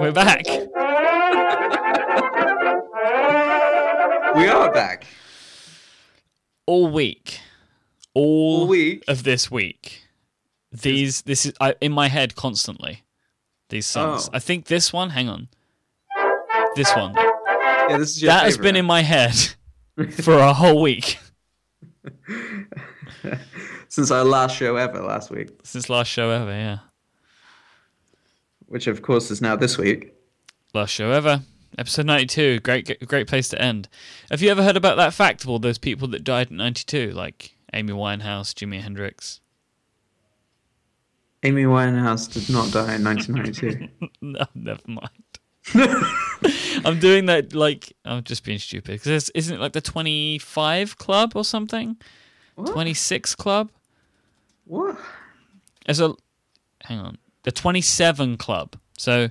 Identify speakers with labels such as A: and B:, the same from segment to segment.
A: We're back.
B: We are back.
A: All week. All,
B: All week?
A: of this week. These this is I, in my head constantly. These songs.
B: Oh.
A: I think this one, hang on. This one.
B: Yeah, this is your
A: that has been in my head for a whole week
B: since our last show ever last week,
A: since last show ever, yeah.
B: which of course is now this week.
A: Last show ever. Episode 92. Great great place to end. Have you ever heard about that fact of all those people that died at 92 like Amy Winehouse, Jimi Hendrix?
B: Amy Winehouse did not die in 1992.
A: No, never mind. I'm doing that like I'm just being stupid because isn't it like the 25 club or something?
B: What?
A: 26 club?
B: what?
A: There's a hang on the 27 club. So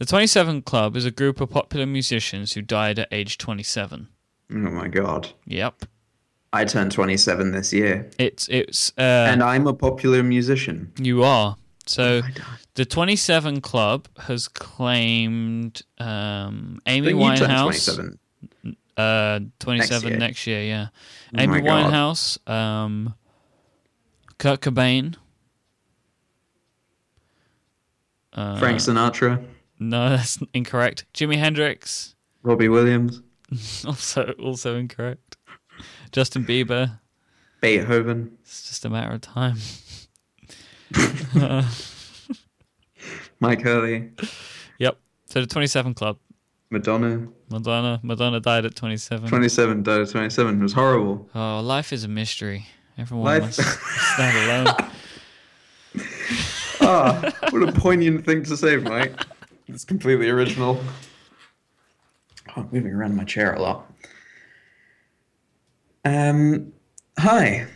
A: the 27 club is a group of popular musicians who died at age 27.
B: Oh my god.
A: Yep,
B: I turned 27 this year,
A: it's it's uh,
B: and Oh I'm a popular musician.
A: you are so.
B: I don't-
A: The 27 Club has claimed um, Amy
B: But you turned
A: Winehouse.
B: 27.
A: Uh, 27
B: year.
A: next year, yeah.
B: Oh
A: Amy
B: my God.
A: Winehouse, um, Kurt Cobain. Uh,
B: Frank Sinatra,
A: No, that's incorrect. Jimi Hendrix,
B: Robbie Williams,
A: also also incorrect. Justin Bieber.
B: Beethoven.
A: It's just a matter of time.
B: Mike Hurley,
A: Yep. So the 27 Club.
B: Madonna.
A: Madonna. Madonna died at 27.
B: 27 died at 27 It was horrible.
A: Oh, life is a mystery. Everyone
B: Life-
A: wants to stand alone.
B: Ah, what a poignant thing to say, Mike. It's completely original. Oh, I'm moving around my chair a lot. Um, hi.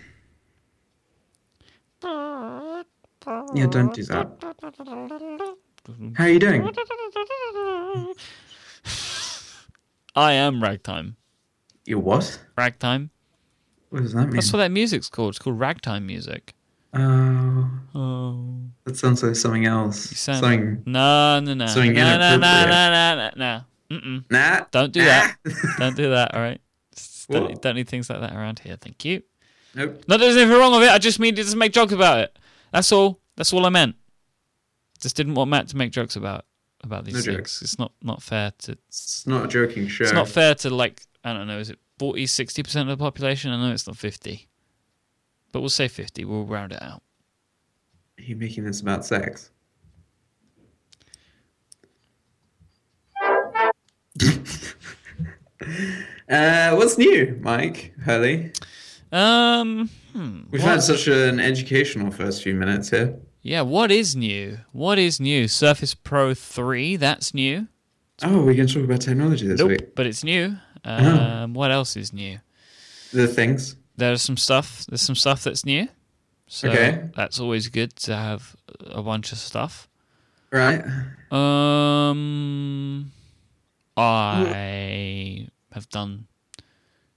B: Yeah, don't do that. How are you doing?
A: I am ragtime.
B: You what?
A: Ragtime.
B: What does that mean?
A: That's what that music's called. It's called ragtime music.
B: Oh,
A: Oh.
B: that sounds like something else.
A: You sound
B: Something.
A: No, no, no.
B: Something
A: no, no, no,
B: inappropriate.
A: no, no, no, no. Mm-mm.
B: Nah.
A: Don't do
B: nah.
A: that. Don't do that, all right? Just Don't,
B: What?
A: don't need things like that around here. Thank you.
B: nope.
A: Not that there's anything wrong with it. I just mean to just make jokes about it. That's all. That's all I meant. Just didn't want Matt to make jokes about about these
B: No
A: things.
B: jokes.
A: It's not not fair to.
B: It's not a joking show.
A: It's not fair to like. I don't know. Is it 40, 60 percent of the population? I know it's not fifty, but we'll say fifty. We'll round it out.
B: Are you making this about sex? uh, what's new, Mike Hurley?
A: Um. Hmm,
B: We've
A: what-
B: had such an educational first few minutes here.
A: yeah. What is new? What is new? Surface Pro three. That's new.
B: Oh, we can talk about technology this
A: Nope.
B: week.
A: But it's new. Um. What else is new?
B: The things.
A: there's some stuff there's some stuff that's new so
B: Okay.
A: that's always good to have a bunch of stuff
B: Right.
A: um i have done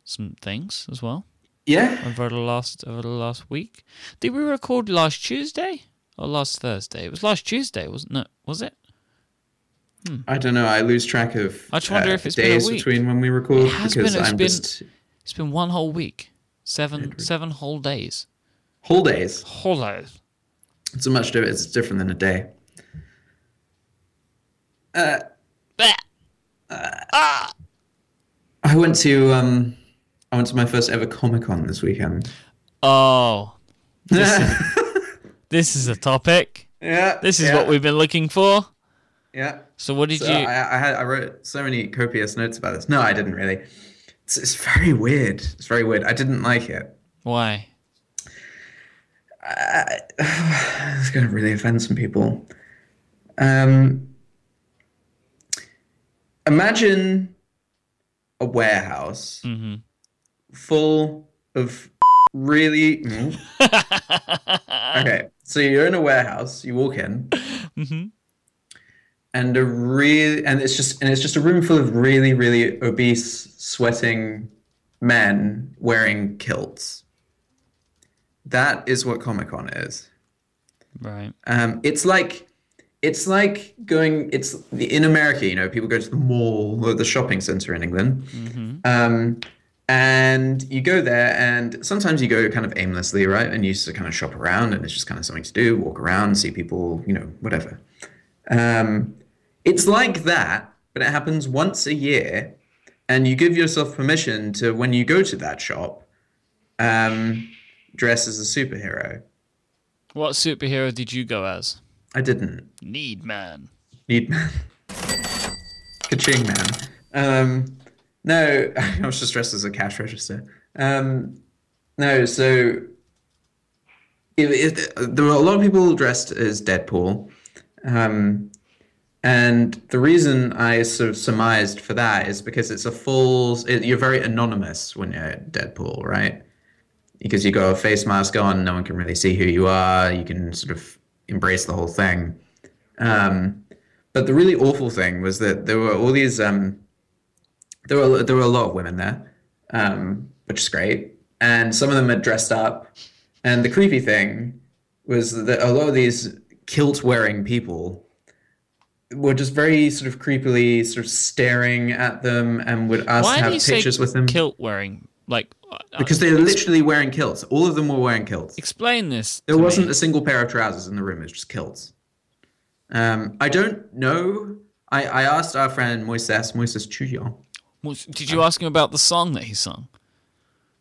A: some things as well
B: Yeah.
A: over the last over the last week did we record last tuesday or last thursday it was last tuesday wasn't it was it
B: I don't know. I lose track of
A: Um,
B: uh,
A: I just wonder if it's been a
B: days
A: week.
B: between when we record
A: It has
B: because
A: been, it's
B: I'm
A: been-
B: just
A: it's been one whole week seven seven whole days
B: whole days.
A: whole days
B: It's a much different. It's different than a day. Uh,
A: Blech.
B: I went to um, I went to my first ever Comic Con this weekend.
A: oh this is a topic
B: yeah,
A: This is
B: yeah,
A: what we've been looking for.
B: Yeah,
A: So what did
B: so
A: you?
B: I, I had I wrote so many copious notes about this. No, I didn't really. It's, it's very weird. It's very weird. I didn't like it.
A: Why?
B: It's going to really offend some people. Um, imagine a warehouse
A: hmm
B: full of really. mm. okay, so you're in a warehouse. You walk in,
A: hmm
B: and a real and it's just and it's just a room full of really really obese, sweating men wearing kilts. That is what Comic Con is.
A: Right.
B: Um, it's like it's like going. It's in America, you know, people go to the mall or the shopping center in England, um, and you go there, and sometimes you go kind of aimlessly, right? And you just kind of shop around, and it's just kind of something to do: walk around, see people, you know, whatever. Um, it's like that, but it happens once a year, and you give yourself permission to when you go to that shop, um, dress as a superhero.
A: What superhero did you go as?
B: I didn't.
A: Need man.
B: Need man. Ka-ching man. Um, no, I was just dressed as a cash register. Um, no, so it, it, there were a lot of people dressed as Deadpool. Um, and the reason I sort of surmised for that is because it's a full, it, you're very anonymous when you're Deadpool, right? Because you got a face mask on, no one can really see who you are. You can sort of embrace the whole thing. Um, but the really awful thing was that there were all these um, there were there were a lot of women there, um, which is great, and some of them had dressed up. And the creepy thing was that a lot of these kilt wearing people were just very sort of creepily sort of staring at them and would ask
A: Why
B: to
A: do
B: have
A: you
B: pictures
A: say
B: with them
A: kilt wearing? Like, uh,
B: because they were literally wearing kilts. All of them were wearing kilts.
A: explain this.
B: There
A: to
B: wasn't
A: me.
B: a single pair of trousers in the room. It was just kilts. Um, I don't know. I, I asked our friend Moises Moises Chuyon.
A: Well, Did you ask him about the song that he sung?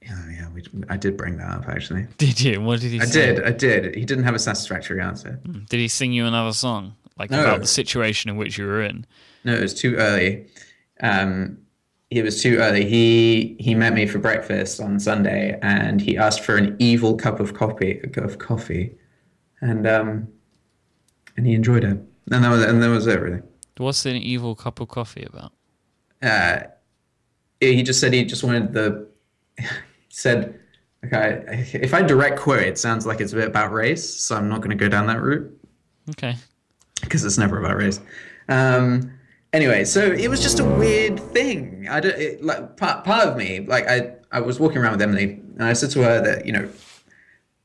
B: Yeah, yeah. We, I did bring that up actually.
A: Did you? What did he?
B: I
A: sing?
B: did. I did. He didn't have a satisfactory answer.
A: Did he sing you another song, like
B: No.
A: about the situation in which you were in?
B: No, it was too early. Um, it was too early. He he met me for breakfast on Sunday, and he asked for an evil cup of coffee of coffee, and um, and he enjoyed it. And that was and that was it really.
A: What's an evil cup of coffee about?
B: uh, he just said he just wanted the said okay if i direct quote it sounds like it's a bit about race so i'm not going to go down that route
A: Okay.
B: because it's never about race um, anyway so it was just a weird thing i don't it, like part, part of me like i i was walking around with emily and i said to her that you know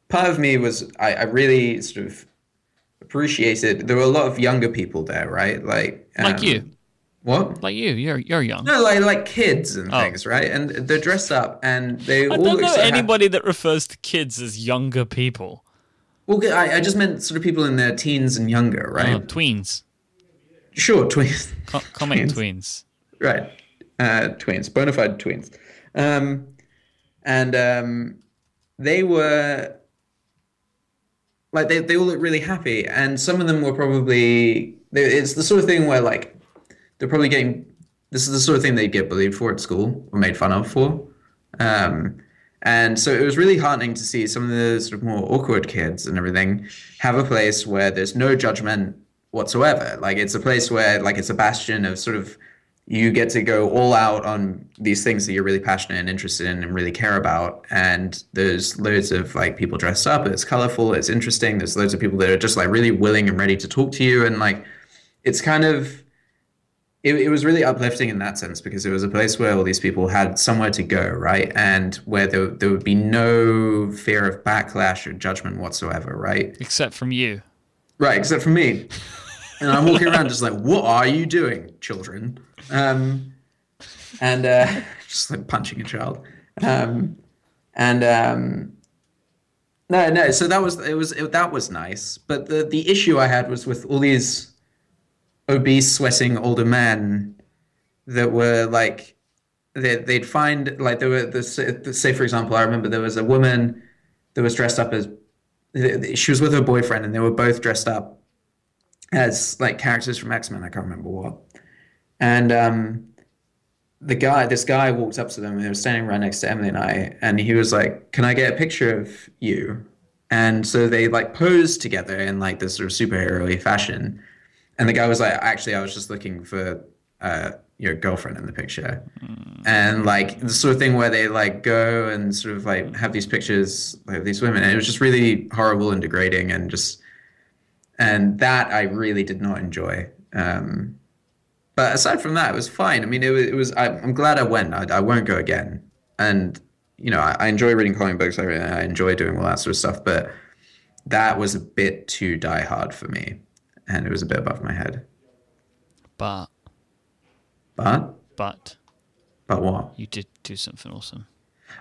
B: part of me was i, I really sort of appreciated there were a lot of younger people there right like
A: Like
B: um,
A: you,
B: what
A: like you, you're you're young.
B: no, like like kids and
A: Oh.
B: things, right? And they're dressed up, and they
A: I
B: all
A: don't
B: look
A: know
B: so happy.
A: anybody that refers to kids as younger people.
B: Well, I, I just meant sort of people in their teens and younger, right?
A: Oh, tweens,
B: Sure, tweens,
A: Co- comic tweens.
B: right? Uh, tweens, bona fide tweens, um, and um, they were like they they all look really happy, and some of them were probably they, it's the sort of thing where like they're probably getting this is the sort of thing they get bullied for at school or made fun of for. Um, and so it was really heartening to see some of the sort of more awkward kids and everything have a place where there's no judgment whatsoever. Like it's a place where like it's a bastion of sort of you get to go all out on these things that you're really passionate and interested in and really care about. And there's loads of like people dressed up. It's colorful. It's interesting. There's loads of people that are just like really willing and ready to talk to you. And like it's kind of it, it was really uplifting in that sense because it was a place where all these people had somewhere to go, right? And where there, there would be no fear of backlash or judgment whatsoever, right?
A: Except from you.
B: Right, except for me. And I'm walking around just like, what are you doing, children? Um, and uh, just like punching a child. Um, and um, no, no. So that was it was it, that was nice. But the the issue I had was with all these obese, sweating older men that were like they, they'd find like there were the say for example, I remember there was a woman that was dressed up as th- th- she was with her boyfriend and they were both dressed up as like characters from X-Men, I can't remember what. And um the guy this guy walked up to them and they were standing right next to Emily and I and he was like, "Can I get a picture of you?" And so they like posed together in like this sort of superhero fashion. And the guy was like, "Actually, I was just looking for uh your girlfriend in the picture." and like the sort of thing where they like go and sort of like have these pictures like, of these women and it was just really horrible and degrading and just and that i really did not enjoy um but aside from that it was fine i mean it was, it was I, i'm glad i went I, I won't go again and you know, I, I enjoy reading comic books. I, I enjoy doing all that sort of stuff, but that was a bit too diehard for me, and it was a bit above my head.
A: But
B: But
A: but
B: but what?
A: you did do something awesome.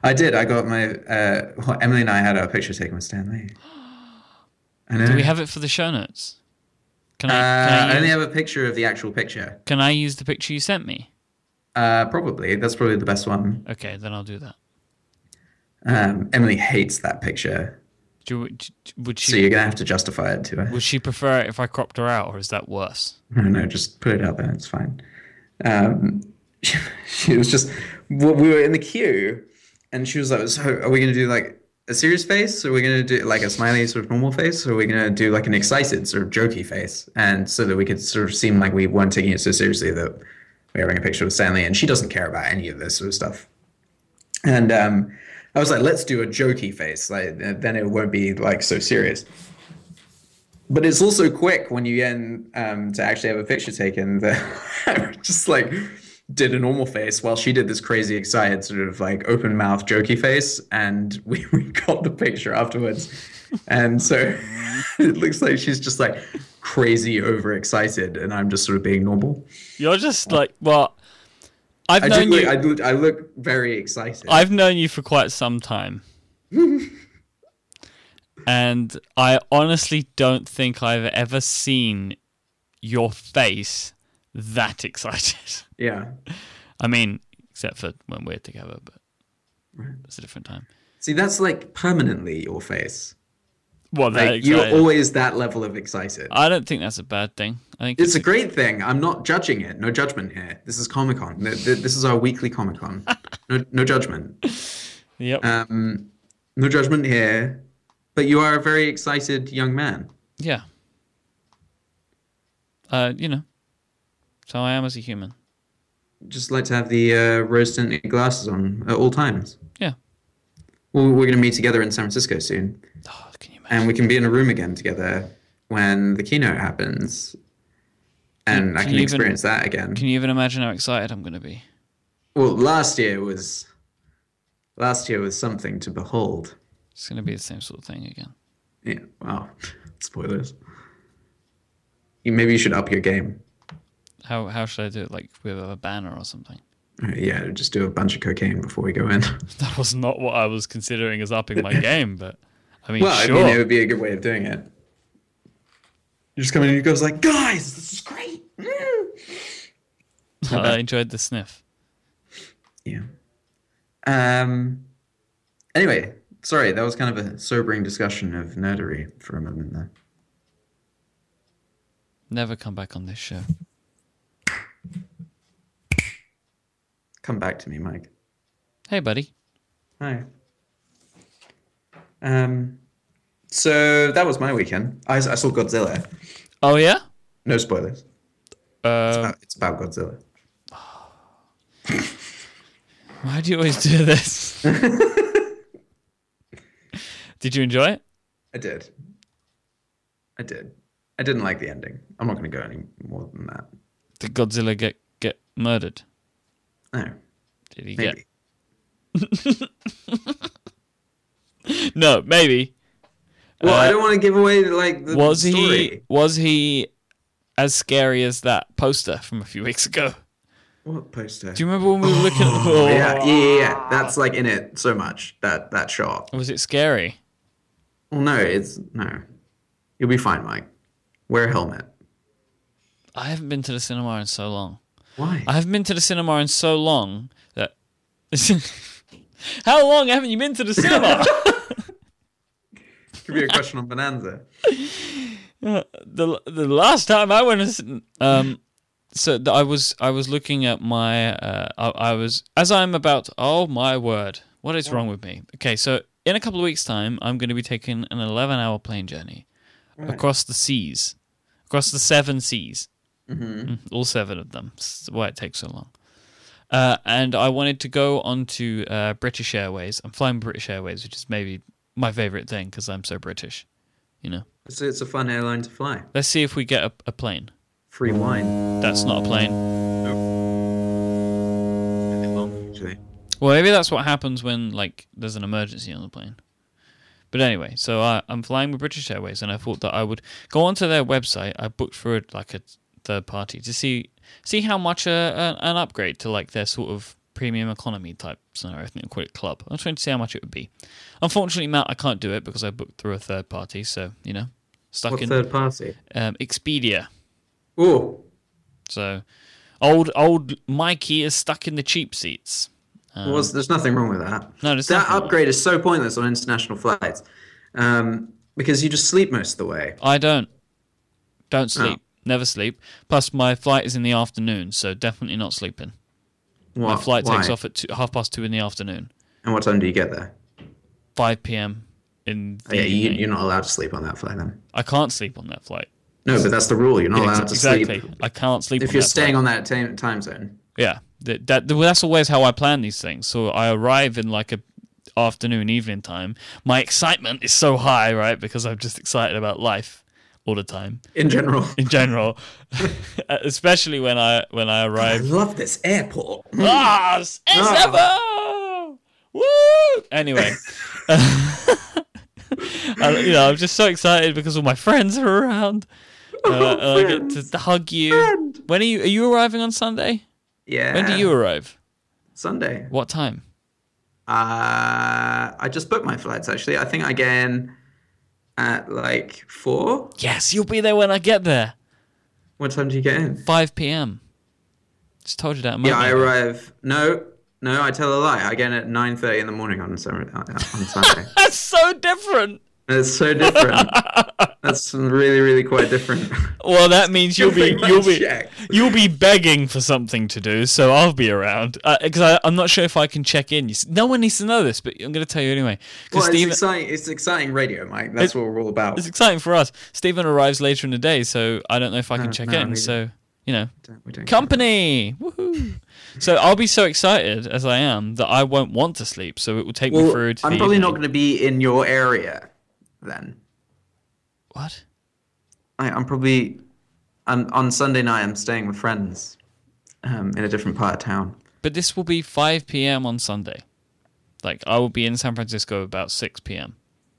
B: I did. I got my. Uh, well, Emily and I had our picture taken with Stan Lee. I know.
A: Do we have it for the show notes? Can
B: Mm. Uh,
A: I can I,
B: I only
A: use,
B: have a picture of the actual picture.
A: can I use the picture you sent me?
B: Uh, probably that's probably the best one.
A: Okay, then I'll do that.
B: Um, Emily hates that picture,
A: Do, you- d- d- would
B: so
A: she
B: you're gonna have to justify it to her.
A: would she prefer it if I cropped her out, or is that worse?
B: No, no, just put it out there. It's fine. Um, she was just. Well, we were in the queue, and she was like, "So, are we gonna do like a serious face? Are we gonna do like a smiley sort of normal face? Or are we gonna do like an excited sort of jokey face?" And so that we could sort of seem like we weren't taking it so seriously that we were having a picture with Stanley, and she doesn't care about any of this sort of stuff. And um, I was like, "Let's do a jokey face. Like then it won't be like so serious." but it's also quick when you get in, um, to actually have a picture taken that I just like did a normal face while she did this crazy excited sort of like open mouth jokey face and we, we got the picture afterwards and so it looks like she's just like crazy overexcited and i'm just sort of being normal
A: You're just like well, I've
B: i do
A: known
B: look,
A: you.
B: I, look, I look very excited
A: I've known you for quite some time. and I honestly don't think I've ever seen your face that excited.
B: yeah
A: I mean, except for when we're together, but it's a different time.
B: see that's like permanently your face
A: Well, that
B: like you're
A: excited.
B: always that level of excited
A: I don't think that's a bad thing. I think
B: It's a great thing. I'm not judging it. No judgment here. This is Comic Con. Th- th- This is our weekly Comic Con. No, no judgment.
A: Yep.
B: Um, no judgment here. But you are a very excited young man.
A: yeah. Uh, you know, so I am as a human.
B: Just like to have the uh, rose tinted glasses on at all times.
A: Yeah.
B: Well, we're going to meet together in San Francisco soon,
A: Oh, can you imagine?
B: and we can be in a room again together when the keynote happens, and I
A: can
B: can
A: you even-
B: experience that again.
A: Can you even imagine how excited I'm going to be?
B: Well, last year was last year was something to behold.
A: It's going to be the same sort of thing again.
B: Yeah. Wow. Spoilers. You, maybe you should up your game.
A: How how should I do it? Like with a banner or something?
B: Uh, Yeah, just do a bunch of cocaine before we go in.
A: That was not what I was considering as upping my game, but I mean,
B: well, I
A: sure.
B: mean, it would be a good way of doing it. You just come in and you goes like, guys, this is great. Mm."
A: I enjoyed the sniff.
B: Yeah. Um. Anyway, sorry, that was kind of a sobering discussion of nerdery for a moment there.
A: Never come back on this show.
B: Come back to me, Mike.
A: Hey, buddy.
B: Hi. Um. So that was my weekend. I, I saw Godzilla.
A: Oh yeah.
B: No spoilers.
A: Uh,
B: Uh, it's about Godzilla.
A: why do you always do this? Did you enjoy it?
B: I did. I did. I didn't like the ending. I'm not going to go any more than that.
A: Did Godzilla get get murdered?
B: No,
A: Did he
B: Oh, maybe. Uh,
A: get? No, maybe.
B: Well, I
A: Uh,
B: don't want to give away like the
A: Was
B: story.
A: he was he as scary as that poster from a few weeks ago?
B: What poster?
A: Do you remember when we were looking at the
B: Oh, yeah, yeah, yeah, yeah. That's like in it so much that that shot.
A: Was it scary?
B: Well, no, it's no. You'll be fine, Mike. Wear a helmet.
A: I haven't been to the cinema in so long.
B: Why?
A: I haven't been to the cinema in so long that. How long haven't you been to the cinema?
B: Could be a question on Bonanza.
A: the the last time I went, to cin- um, so th- I was I was looking at my uh, I, I was as I'm about. Oh my word, what is wrong with me? Okay, so in a couple of weeks' time, I'm going to be taking an 11 hour plane journey across the seas, across the seven seas.
B: Mm-hmm.
A: Mm, all seven of them. That's why it takes so long. Uh, and I wanted to go onto uh, British Airways. I'm flying British Airways, which is maybe my favorite thing because I'm so British. You know,
B: So it's a fun airline to fly.
A: let's see if we get a, a plane.
B: Free wine.
A: That's not a plane.
B: Long, usually.
A: Well, maybe that's what happens when like there's an emergency on the plane. But anyway, so I, I'm flying with British Airways, and I thought that I would go onto their website. I booked for a, like a third party to see see how much a, a, an upgrade to like their sort of premium economy type scenario. I think they call it club. I was trying to see how much it would be. Unfortunately, Matt, I can't do it because I booked through a third party. So you know, stuck
B: What
A: in
B: third party?
A: um, Expedia.
B: Oh,
A: So old old Mikey is stuck in the cheap seats. Um,
B: was there's nothing wrong with that.
A: No, there's
B: that
A: nothing wrong.
B: upgrade is so pointless on international flights um, because you just sleep most of the way.
A: I don't. Don't sleep. Never sleep. Plus, my flight is in the afternoon, so definitely not sleeping.
B: What,
A: My flight
B: why?
A: takes off at two, half past two in the afternoon,
B: And what time do you get there?
A: five p.m. in
B: Oh,
A: the
B: yeah, you,
A: evening.
B: you're not allowed to sleep on that flight then.
A: I can't sleep on that flight.
B: No, but that's the rule. You're not
A: Ex-
B: allowed to
A: exactly.
B: sleep
A: I can't sleep.
B: if
A: on
B: you're
A: that
B: staying
A: flight.
B: on that time, time zone.
A: Yeah, that, that well, that's always how I plan these things. So I arrive in like a afternoon, evening time. My excitement is so high, right? Because I'm just excited about life all the time
B: In general,
A: in general, especially when I when I
B: I
A: arrive
B: love this airport.
A: Ah, it's ever. Woo! Anyway, I, you know, I'm just so excited because all my friends are around. Uh, and I get to hug you.
B: Friend.
A: When are you? Are you arriving on Sunday?
B: Yeah.
A: When do you arrive?
B: Sunday.
A: What time?
B: Uh, I just booked my flights actually. I think I get in at like four.
A: Yes, you'll be there when I get there.
B: What time do you get in?
A: 5 p.m. Just told you that. a
B: Yeah,
A: moment
B: I
A: ago.
B: arrive. No, no, I tell a lie. I get in at nine thirty in the morning on Sunday. uh, On Sunday.
A: That's so different.
B: That's so different. That's really, really quite different.
A: Well, that means you'll be
B: Pretty much
A: you'll be
B: check.
A: you'll be begging for something to do, so I'll be around because I I'm not sure if I can check in. You s- No one needs to know this, but I'm going to tell you anyway. 'Cause
B: Well, it's
A: Stephen-
B: exciting. It's exciting radio, Mike. That's what we're all about.
A: it's exciting for us. Stephen arrives later in the day, so I don't know if I can check
B: no,
A: in.
B: we-
A: So you know,
B: We don't-
A: company. Woohoo! so I'll be so excited as I am that I won't want to sleep. So it will take me
B: Well,
A: through. To
B: I'm
A: the
B: probably not
A: evening.
B: going to be in your area then.
A: What?
B: I, I'm probably I'm, on Sunday night. I'm staying with friends um, in a different part of town.
A: But this will be 5 p.m. on Sunday. Like I will be in San Francisco about 6 p.m.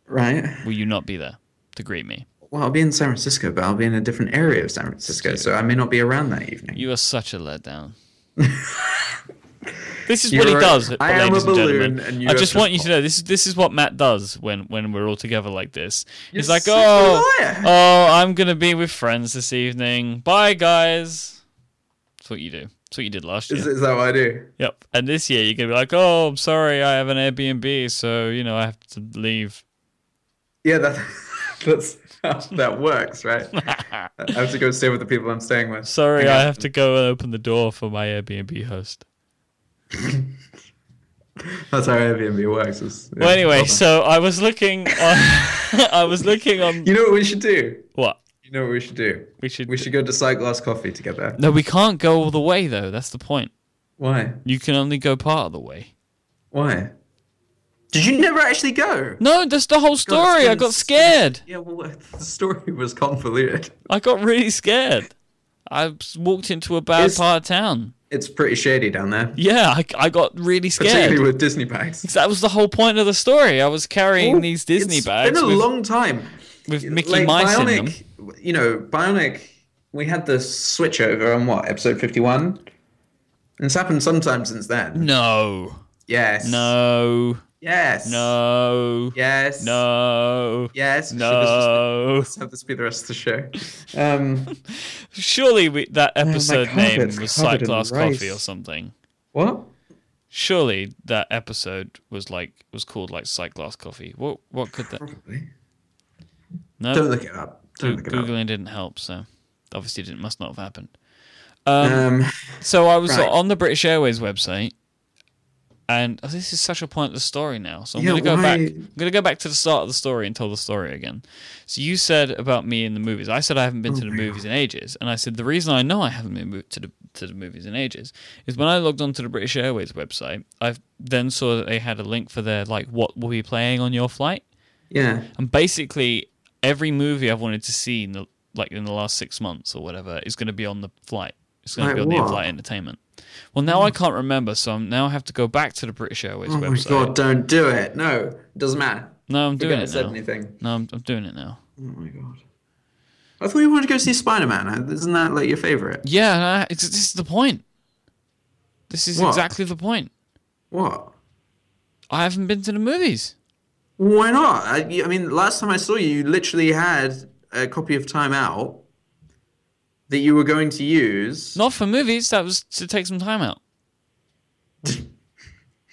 B: Right.
A: Will you not be there to greet me?
B: Well, I'll be in San Francisco, but I'll be in a different area of San Francisco, so I may not be around that evening.
A: You are such a letdown. this is
B: You're
A: what he
B: right.
A: does,
B: I am
A: ladies
B: a balloon
A: and gentlemen.
B: and you
A: I
B: are
A: just want you to
B: just-
A: know this is this is what Matt does when when we're all together like this. He's like,
B: such a
A: oh,
B: liar."
A: oh, I'm gonna be with friends this evening. Bye, guys. That's what you do. That's what you did last year.
B: Is, is that what I do?
A: Yep. And this year you're gonna be like, oh, I'm sorry, I have an Airbnb, so you know I have to leave.
B: Yeah, that, that's how that works, right? I have to go stay with the people I'm staying with.
A: Sorry,
B: Hang
A: I
B: out.
A: have to go and open the door for my Airbnb host.
B: That's how Airbnb works. is- yeah,
A: Well, anyway,
B: well done.
A: so I was looking on. I was looking on
B: you know what we should do?
A: what
B: You know what we should do?
A: we should.
B: We should go to Sight Glass Coffee together.
A: No, we can't go all the way though. That's the point.
B: Why?
A: You can only go part of the way.
B: Why? Did you never actually go?
A: No, that's the whole story. I got
B: it's-
A: scared.
B: Yeah, well, the story was convoluted.
A: I got really scared. I s- walked into a bad
B: It's-
A: part of town.
B: It's pretty shady down there,
A: Yeah, I, I got really
B: particularly
A: scared.
B: with Disney bags.
A: That was the whole point of the story. I was carrying
B: Well,
A: these Disney
B: it's
A: bags
B: been a
A: with,
B: long time.
A: with Mickey
B: like
A: Mice
B: Bionic,
A: in them.
B: you know, Bionic. We had the switchover on what episode fifty-one, and it's happened sometime since then.
A: No,
B: Yes.
A: no,
B: Yes.
A: no,
B: Yes.
A: no,
B: Yes. Should
A: no.
B: this, just, have this be the rest of the show? Um,
A: Surely we, that
B: Oh
A: episode name
B: carpet's
A: was
B: covered
A: Sight
B: in
A: Glass
B: rice.
A: Coffee or something.
B: what?
A: surely that episode was like was called like sight glass coffee what what could that
B: Probably.
A: no
B: Don't look it up. Don't
A: Goo-
B: look it up.
A: googling didn't help so obviously it didn't, must not have happened um,
B: Um,
A: so i was
B: right.
A: on the british airways website and oh, this is such a pointless story now so i'm
B: Yeah,
A: going to go back
B: why-
A: i'm going to go back to the start of the story and tell the story again so you said about me in the movies i said i haven't been to
B: Oh
A: the movies in ages and i said the reason i know i haven't been mo- to the to the movies in ages is when i logged onto the british airways website i then saw that they had a link for their like what will be playing on your flight
B: yeah.
A: and basically, every movie I've wanted to see in the like in the last six months or whatever is going to be on the flight. It's going to
B: Like
A: be on the
B: what?
A: flight entertainment. Well, now I can't remember, so I'm, now I have to go back to the British Airways
B: Oh my
A: website.
B: god, don't do it. No, it doesn't matter.
A: No, I'm
B: Forget
A: doing
B: I
A: it
B: said
A: now.
B: anything.
A: No, I'm, I'm doing it now.
B: Oh my god. I thought you wanted to go see Spider Man. Isn't that like your favorite?
A: Yeah, and I- it's, this is the point. This is
B: What?
A: exactly the point.
B: What?
A: I haven't been to the movies.
B: Why not? I, I mean, last time I saw you, you literally had a copy of Time Out that you were going to use.
A: Not for movies. That was to take some time out.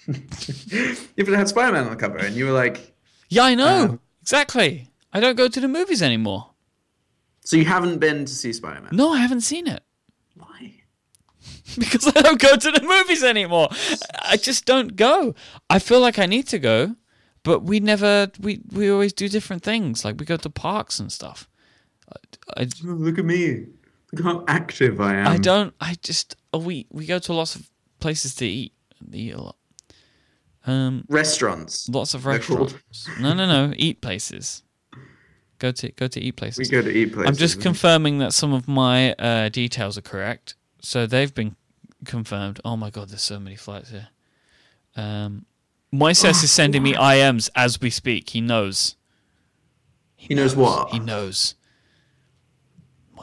B: If it had Spider Man on the cover, and you were like,
A: Yeah, I know.
B: Um,
A: exactly. I don't go to the movies anymore.
B: so you haven't been to see Spider Man?
A: No, I haven't seen it
B: Why?
A: because I don't go to the movies anymore. I just don't go. I feel like I need to go, but we never. We we always do different things. Like we go to parks and stuff. I, I,
B: Oh, look at me. Look how active I am.
A: I don't. I just. Oh, we we go to lots of places to eat. and Eat a lot. Um,
B: Restaurants.
A: lots of
B: They're called.
A: restaurants. No, no, no. Eat places. Go to go to eat places.
B: We go to eat places.
A: I'm just confirming that some of my uh, details are correct. So they've been confirmed. Oh my god, there's so many flights here. Um, Moises is sending me IMs as we speak. He knows.
B: He knows what?
A: He knows.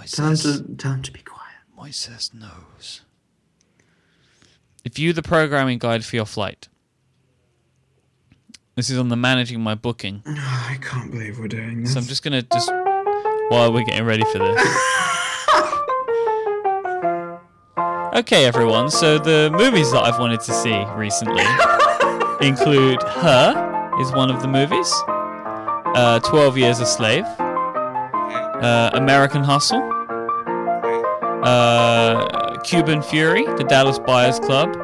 B: Tell him,
A: Moises.
B: to, tell him to be quiet.
A: Moises knows. View the programming guide for your flight. This is on the managing my booking.
B: Oh, I can't believe we're doing this.
A: So I'm just gonna just while we're getting ready for this. Okay, everyone. So the movies that I've wanted to see recently include Her is one of the movies. Uh, Twelve Years a Slave. Uh, American Hustle. Uh, Cuban Fury, The Dallas Buyers Club.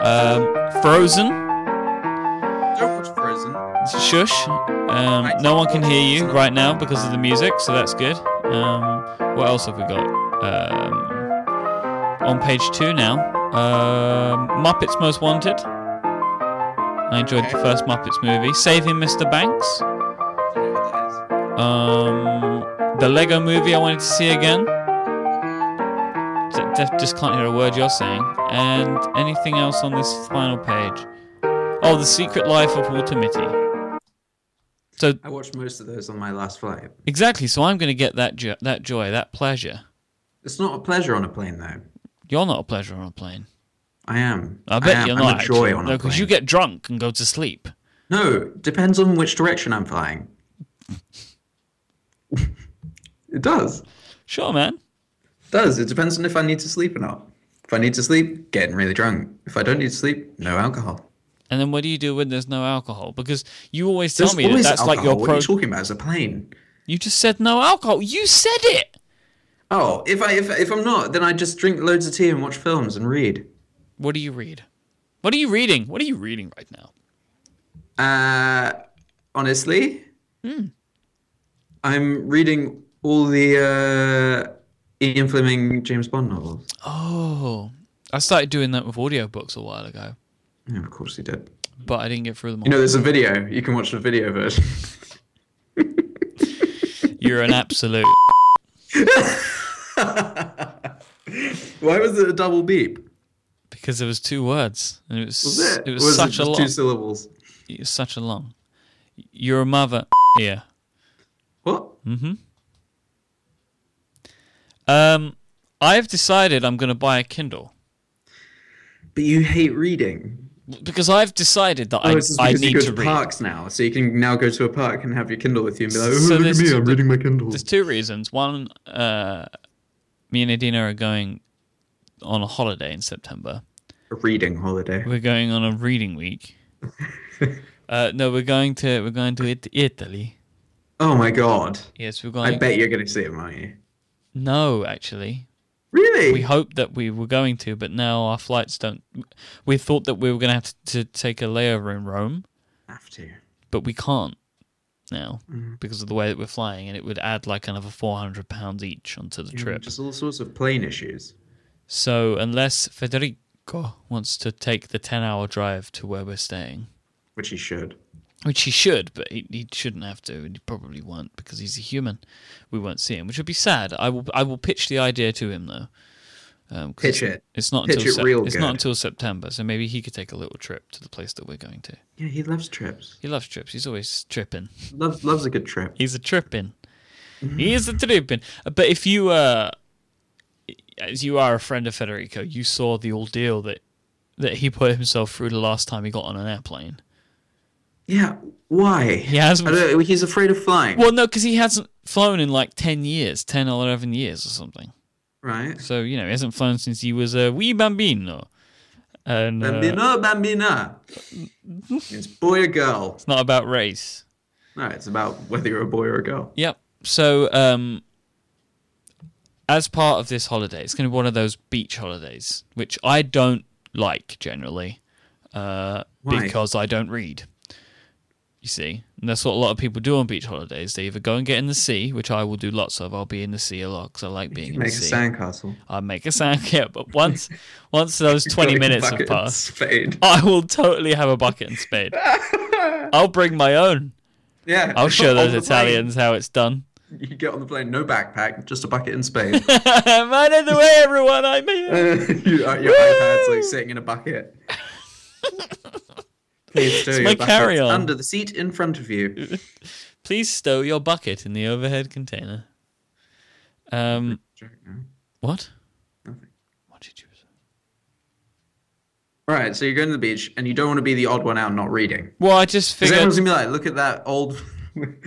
A: Um, Frozen,
B: Don't watch Frozen.
A: Shush. Um, no one can hear you right now because of the music, so that's good. Um, what else have we got? Um, on page two now, um, Muppets Most Wanted. I enjoyed the first Muppets movie. Saving Mr. Banks. Um, the Lego movie I wanted to see again. D- d- just can't hear a word you're saying. And anything else on this final page? Oh, The Secret Life of Walter Mitty. So
B: I watched most of those on my last flight.
A: exactly, so I'm going to get that jo- that joy, that pleasure.
B: It's not a pleasure on a plane, though.
A: You're not a pleasure on a plane.
B: I am.
A: I bet
B: am.
A: you're
B: I'm
A: not.
B: A joy
A: actually.
B: on
A: no,
B: a plane.
A: because you get drunk and go to sleep.
B: No, depends on which direction I'm flying. it does.
A: Sure, man.
B: does. It depends on if I need to sleep or not. If I need to sleep, getting really drunk. If I don't need to sleep, no alcohol.
A: And then what do you do when there's no alcohol? Because you always tell
B: There's
A: me that
B: always
A: that's
B: alcohol.
A: like your
B: What are
A: pro.
B: you talking about? It's a plane.
A: you just said no alcohol. You said it.
B: Oh, if I if, if I'm not, then I just drink loads of tea and watch films and read.
A: What do you read? What are you reading? What are you reading right now?
B: Uh, honestly,
A: Hmm.
B: I'm reading all the uh, Ian Fleming James Bond novels.
A: Oh, I started doing that with audiobooks a while ago,
B: Yeah, of course he did.
A: but I didn't get through them all.
B: You know,
A: You
B: there's a video. You can watch the video version.
A: are an absolute.
B: Why was it a double beep?
A: Because there was two words, and it was,
B: Was it?
A: was,
B: Or
A: such
B: it
A: a
B: just
A: long,
B: two syllables.
A: it was such a long. You're a mother. Yeah.
B: What?
A: Um, I've decided I'm going to buy a Kindle
B: But you hate reading.
A: because I've decided that
B: Oh,
A: I,
B: it's just
A: I
B: because you
A: need
B: go
A: to
B: to
A: read.
B: parks now, so you can now go to a park and have your Kindle with you and be like, "Oh,
A: So
B: look at
A: there's
B: me!
A: two-
B: I'm reading my Kindle."
A: There's two reasons. One, uh, me and Adina are going on a holiday in September.
B: A reading holiday.
A: We're going on a reading week. uh, no, we're going to we're going to it- Italy.
B: Oh my god!
A: Yes, we're
B: I
A: going.
B: bet you're going to see it, aren't you?
A: No, actually,
B: Really?
A: we hoped that we were going to, but now our flights don't. We thought that we were going to have to, to take a layover in Rome,
B: have to.
A: but we can't now
B: Mm-hmm.
A: because of the way that we're flying, and it would add like another four hundred pounds each onto the trip.
B: Just all sorts of plane issues.
A: So unless Federico wants to take the ten-hour drive to where we're staying,
B: Which he should.
A: which he should, but he, he shouldn't have to, and he probably won't because he's a human. We won't see him, which would be sad. I will I will pitch the idea to him though, Um, 'cause
B: Pitch
A: it's-
B: it.
A: It's not
B: Pitch
A: until
B: it
A: Sep-
B: real
A: it's not
B: good.
A: until September, so maybe he could take a little trip to the place that we're going to.
B: Yeah, he loves trips.
A: He loves trips. He's always tripping.
B: Loves loves a good trip.
A: He's a tripping. he is a tripping. But if you, uh, as you are a friend of Federico, you saw the ordeal that that he put himself through the last time he got on an airplane.
B: Yeah. Why?
A: He has.
B: I don't, he's afraid of flying.
A: Well, no, because he hasn't flown in like ten years, ten or eleven years or something.
B: Right.
A: So you know, he hasn't flown since he was a wee bambino. And uh,
B: Bambino, bambina. it's boy or girl.
A: it's not about race.
B: No, it's about whether you're a boy or a girl.
A: Yep. So, um, as part of this holiday, it's going to be one of those beach holidays, which I don't like generally, uh,
B: Why?
A: because I don't read. You see, and that's what a lot of people do on beach holidays. They either go and get in the sea, which I will do lots of. I'll be in the sea a lot because I like being in the
B: Make a
A: sea.
B: sandcastle.
A: I make a sound, yeah. But once, once those twenty
B: Got a
A: minutes have
B: bucket and
A: passed,
B: Spade.
A: I will totally have a bucket and spade. I'll bring my own.
B: Yeah.
A: I'll show
B: On
A: those
B: the plane.
A: Italians how it's done.
B: You get on the plane, no backpack, just a bucket and spade.
A: I'm out of the way, everyone. I'm here.
B: you, uh, your iPad's like sitting in a bucket. Please do.
A: It's
B: your
A: my
B: bucket's
A: carry-on.
B: Under the seat in front of you.
A: Please stow your bucket in the overhead container. Um, what?
B: Nothing.
A: What did you say?
B: Right, so you're going to the beach and you don't want to be the odd one out not reading.
A: Well, I just
B: Because
A: figured.
B: everyone's going to be like, look at that old.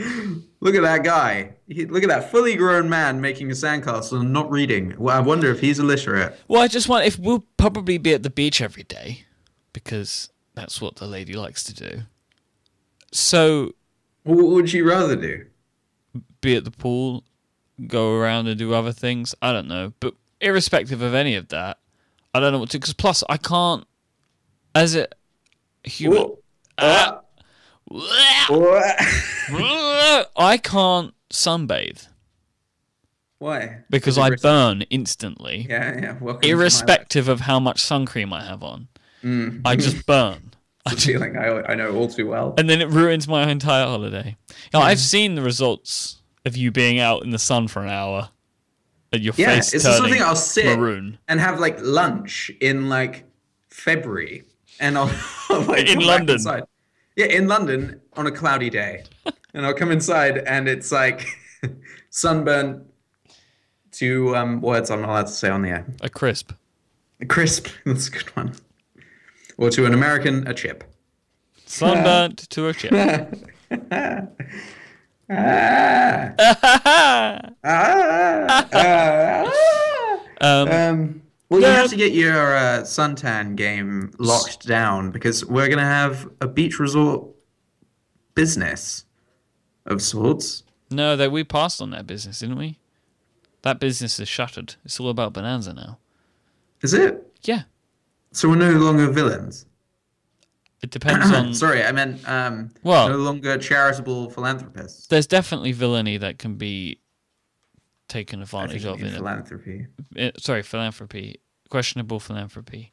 B: look at that guy. He, look at that fully grown man making a sandcastle and not reading. Well, I wonder if he's illiterate.
A: Well, I just want if we'll probably be at the beach every day because that's what the lady likes to do. So
B: What would you rather do?
A: be at the pool, go around and do other things. I don't know, but irrespective of any of that, I don't know what to. Because plus, I can't as a human.
B: Wha- uh, wha-
A: I can't sunbathe
B: Why?
A: because I burn instantly,
B: Yeah, yeah. Welcome to my
A: irrespective of how much sun cream I have on.
B: Mm.
A: I just burn,
B: life. It's a feeling I, I know all too well.
A: and then it ruins my entire holiday. Now, I've seen the results of you being out in the sun for an hour and your
B: Yeah,
A: face
B: it's the
A: turning
B: sort of thing I'll sit
A: maroon.
B: and have like lunch in like February, and I'll, I'll like,
A: In
B: come back
A: London.
B: inside. Yeah, in London on a cloudy day, and I'll come inside and it's like sunburn. Two um, words I'm not allowed to say on the air.
A: A crisp.
B: Crisp. That's a good one. Or to an American, a chip.
A: Sunburnt to a chip.
B: Ah. Ah. Ah.
A: Um,
B: Um, well, you
A: Yeah.
B: have to get your uh, suntan game locked down because we're gonna have a beach resort business of sorts.
A: no, that we passed on that business, didn't we? That business is shuttered. It's all about Bonanza now.
B: Is it?
A: Yeah,
B: So we're no longer villains. Ah,
A: it depends on.
B: Sorry, I meant um,
A: Well-
B: no longer charitable philanthropists.
A: There's definitely villainy that can be taken
B: I think
A: advantage
B: you
A: of.
B: mean
A: In a,
B: philanthropy.
A: eh, sorry, philanthropy, questionable philanthropy,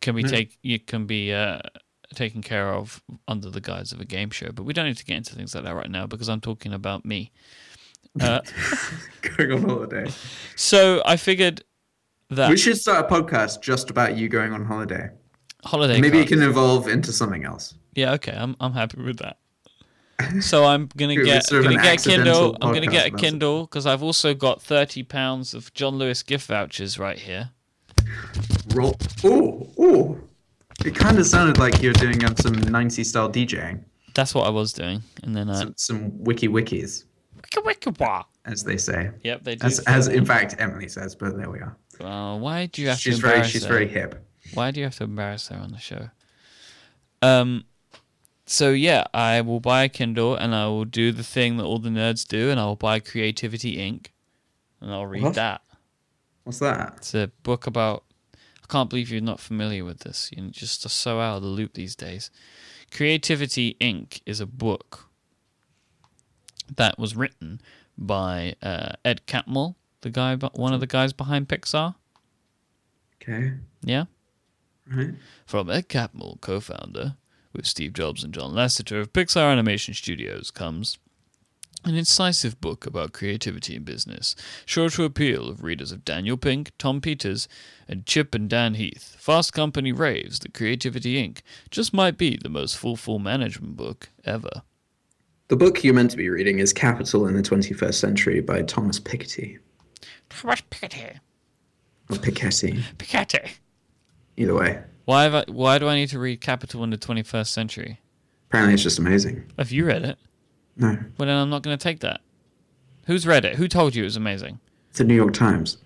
A: can be
B: Hmm.
A: take you can be uh, taken care of under the guise of a game show. But we don't need to get into things like that right now because I'm talking about me. Uh,
B: going on holiday.
A: So I figured that
B: We should start a podcast just about you going on holiday.
A: holiday.
B: Maybe it
A: card-
B: can evolve into something else.
A: Yeah, okay. I'm I'm happy with that. So I'm gonna
B: It was
A: get
B: sort of
A: gonna
B: an
A: get a Kindle.
B: accidental
A: I'm gonna
B: podcast
A: get a
B: about it.
A: Kindle because I've also got thirty pounds of John Lewis gift vouchers right here.
B: Roll. Ooh, ooh. It kind of sounded like you were doing um, some 90s style DJing.
A: That's what I was doing, and then uh, I.
B: some, some wiki wikis,
A: Wicka wicka wah.
B: as they say.
A: Yep, they do.
B: As, as in fact Emily says, but there we are.
A: Well, why do you have
B: She's
A: to
B: very
A: embarrass
B: she's
A: her?
B: very hip.
A: Why do you have to embarrass her on the show? Um. So yeah, I will buy a Kindle and I will do the thing that all the nerds do, and I will buy Creativity Inc. and I'll read
B: What?
A: that.
B: What's that?
A: It's a book about. I can't believe you're not familiar with this. You're just so out of the loop these days. Creativity Inc. is a book that was written by uh, Ed Catmull, the guy, be- one of the guys behind Pixar.
B: Okay.
A: Yeah,
B: Right.
A: from Ed Catmull, co-founder with Steve Jobs and John Lasseter of Pixar Animation Studios, comes an incisive book about creativity in business, sure to appeal of readers of Daniel Pink, Tom Peters, and Chip and Dan Heath. Fast Company raves that Creativity Inc. just might be the most full management book ever.
B: The book you're meant to be reading is Capital in the 21st Century by Thomas Piketty.
A: Thomas Piketty.
B: Or Piketty,
A: Piketty.
B: either way.
A: Why have I, Why do I need to read Capital in the 21st Century?
B: Apparently, it's just amazing.
A: Have you read it?
B: No,
A: Well, then I'm not going to take that. Who's read it? Who told you it was amazing?
B: it's the New York Times.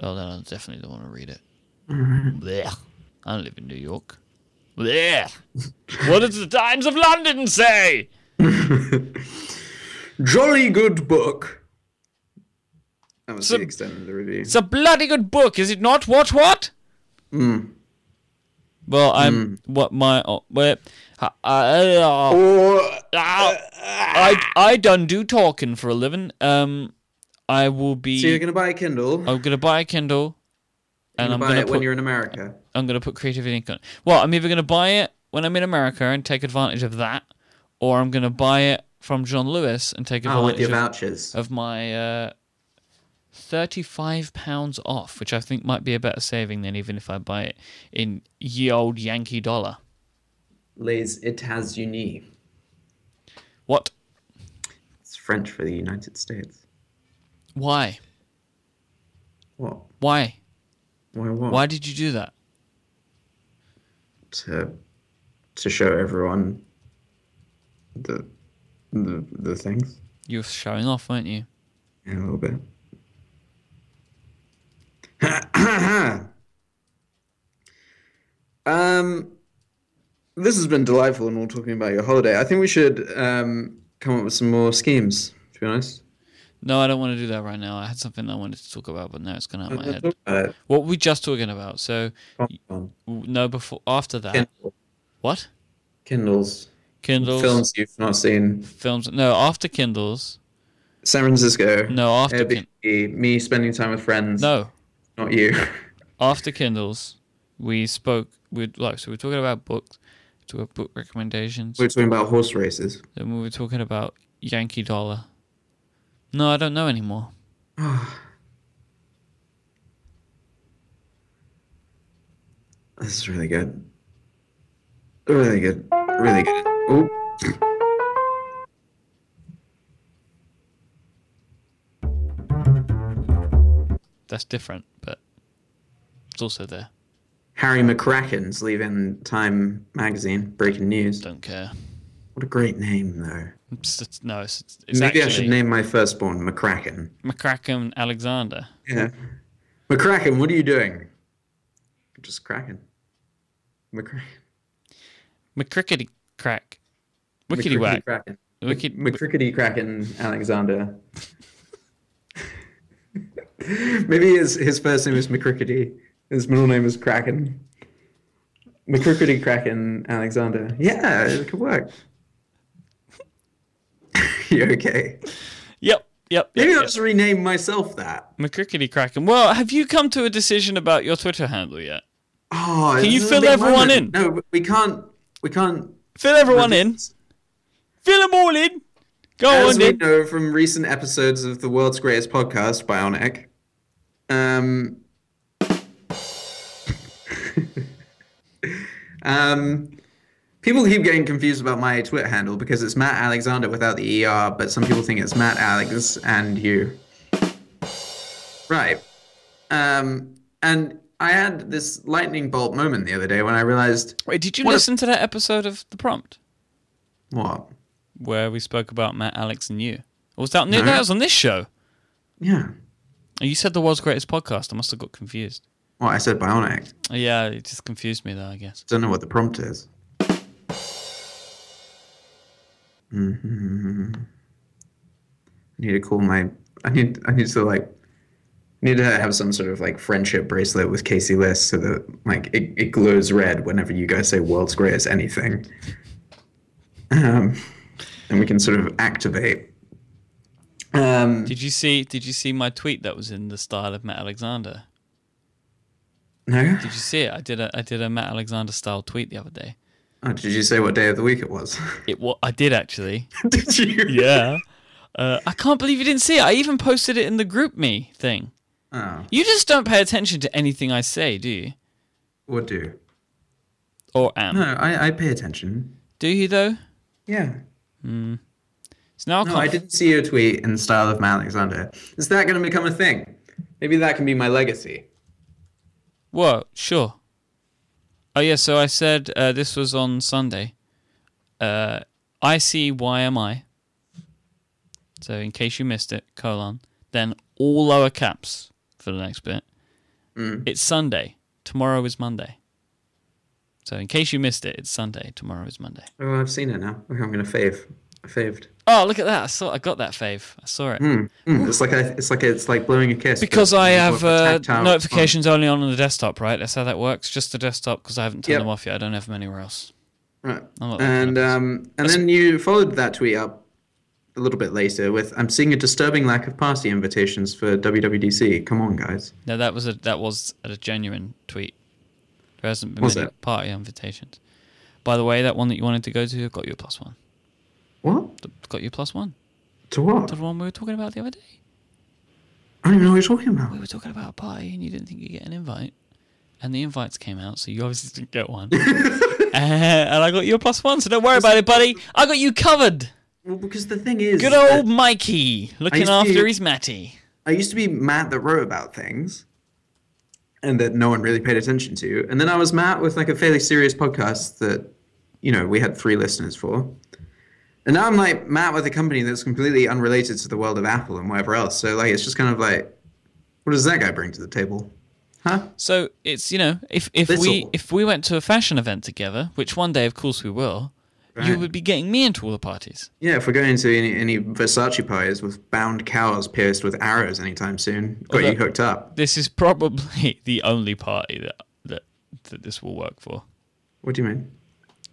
A: Oh, then I definitely don't want to read it. Blech. I live in New York. Blech. what does the Times of London say?
B: Jolly good book. That was
A: So-
B: the extent of the review.
A: It's a bloody good book, is it not? What? What?
B: Mm.
A: Well, I'm what my oh, well, I, I, uh,
B: or
A: I I done do talking for a living. Um, I will be.
B: So you're gonna buy a Kindle.
A: I'm gonna buy a Kindle, and
B: you
A: I'm
B: buy
A: gonna
B: it
A: put
B: when you're in America.
A: I'm gonna put creative ink on. it. Well, I'm either gonna buy it when I'm in America and take advantage of that, or I'm gonna buy it from John Lewis and take
B: Oh,
A: advantage
B: with your
A: of,
B: vouchers.
A: of my uh, thirty-five pounds off, which I think might be a better saving than even if I buy it in ye old Yankee dollar.
B: Les Etats Unis.
A: What?
B: It's French for the United States.
A: Why?
B: What?
A: Why?
B: Why what?
A: Why did you do that?
B: To to show everyone the the the things.
A: You were showing off, weren't you?
B: Yeah, a little bit. um, this has been delightful, and all talking about your holiday. I think we should um, come up with some more schemes. To be honest,
A: No, I don't want to do that right now. I had something I wanted to talk about, but now it's gone out of my head.
B: Uh,
A: What were we just talking about? So
B: come on.
A: no, before after that,
B: Kindle-
A: what?
B: Kindles,
A: Kindles,
B: films you've not seen,
A: films. No, after Kindles.
B: San Francisco,
A: No, after
B: Airbnb,
A: kin-
B: me spending time with friends,
A: no,
B: not you.
A: after Kindles. We spoke. We like so we we're talking about books, to our book recommendations.
B: We're talking about horse races.
A: Then we were talking about Yankee Dollar. No, I don't know anymore.
B: This is really good. Really good. Really good. Oop.
A: That's different, but it's also there.
B: Harry McCracken's leaving Time magazine. Breaking news.
A: Don't care.
B: What a great name, though.
A: It's, it's- no, it's, it's actually
B: Maybe I should name my firstborn McCracken.
A: McCracken Alexander.
B: Yeah. McCracken, what are you doing? Just cracking. McCracken.
A: McCrickety crack. Wickety whack.
B: Kraken.
A: Wicked.
B: McCrickety Kraken Alexander. Maybe his, his first name is McCrickety. His middle name is Kraken. McCrickety Kraken Alexander. Yeah, it could work. you okay?
A: Yep. Yep. yep,
B: Maybe I'll
A: yep.
B: just rename myself that.
A: McCrickety Kraken. Well, have you come to a decision about your Twitter handle yet?
B: Oh,
A: Can you
B: this is a
A: fill
B: big
A: everyone in?
B: No, we- we can't. We can't.
A: Fill everyone in. Fill them all in. Go
B: As
A: on
B: we
A: in.
B: know from recent episodes of the world's greatest podcast, Bionic, um, um, people keep getting confused about my Twitter handle because it's Matt Alexander without the ER, but some people think it's Matt Alex and you. Right. Um, and I had this lightning bolt moment the other day when I realized
A: Wait, did you
B: What if-
A: listen to that episode of The Prompt
B: what?
A: where we spoke about Matt, Alex, and you? Or was that no,
B: No.
A: that was on this show?
B: Yeah.
A: Oh, You said the world's greatest podcast. I must have got confused.
B: Well, I said Bionic.
A: Yeah, it just confused me though. I guess.
B: Don't know what the prompt is. Mm-hmm. I need to call my. I need. I need to like. Need to have some sort of like friendship bracelet with Casey List so that like it, it glows red whenever you guys say world's greatest anything. Um, and we can sort of activate. Um,
A: Did you see? Did you see my tweet that was in the style of Matt Alexander?
B: no?
A: Did you see it? I did a I did a Matt Alexander style tweet the other day.
B: Oh, did you say what day of the week it was?
A: It wa- I did actually.
B: did you?
A: Yeah. Uh, I can't believe you didn't see it. I even posted it in the group me thing.
B: Oh,
A: You just don't pay attention to anything I say, do you?
B: or do?
A: Or am.
B: No, I, I pay attention.
A: Do you, though?
B: Yeah.
A: So now I
B: No,
A: can't-
B: I didn't see your tweet in the style of Matt Alexander. Is that going to become a thing? Maybe that can be my legacy.
A: Whoa, sure. Oh yeah, so I said uh, this was on Sunday. Uh, I see why am I? So in case you missed it, colon, then all lower caps for the next bit. It's Sunday. Tomorrow is Monday. So in case you missed it, it's Sunday. Tomorrow is Monday.
B: Oh, I've seen it now. Okay, I'm going to fave. I faved.
A: Oh, look at that! I saw. I got that fave. I saw it.
B: Mm, it's like a, it's like a, it's like blowing a kiss.
A: Because
B: but
A: I
B: with
A: have
B: a
A: uh,
B: tactile
A: notifications only on the desktop, right? That's how that works. Just the desktop, because I haven't turned
B: Yep.
A: them off yet. I don't have them anywhere else.
B: response.
A: I'm
B: Right.
A: not
B: And um, and then you followed that tweet up a little bit later with, "I'm seeing a disturbing lack of party invitations for WWDC. Come on, guys."
A: No, that was a that was a genuine tweet. There hasn't been
B: Was
A: many
B: it?
A: party invitations. By the way, that one that you wanted to go to got you a plus one.
B: What?
A: Got you a plus one.
B: To what?
A: The one we were talking about the other day.
B: I don't even know what you're talking about.
A: We were talking about a party, and you didn't think you'd get an invite. And the invites came out, so you obviously didn't get one. Uh, and I got you a plus one, so don't worry about it, buddy. I got you covered.
B: Well, because the thing is,
A: Good
B: that
A: old Mikey, looking
B: used to-
A: after his Matty.
B: I used to be Matt that wrote about things, and that no one really paid attention to. And then I was Matt with like a fairly serious podcast that, you know, we had three listeners for. And now I'm like Matt with a company that's completely unrelated to the world of Apple and whatever else. So like, it's just kind of like, what does that guy bring to the table? Huh?
A: So it's you know if if we
B: Little.
A: if we went to a fashion event together, which one day of course we will, you
B: Right.
A: would be getting me into all the parties.
B: Yeah, if we're going to any, any Versace parties with bound cows pierced with arrows anytime soon, got you
A: Although-
B: hooked up.
A: This is probably the only party that that that this will work for.
B: What do you mean?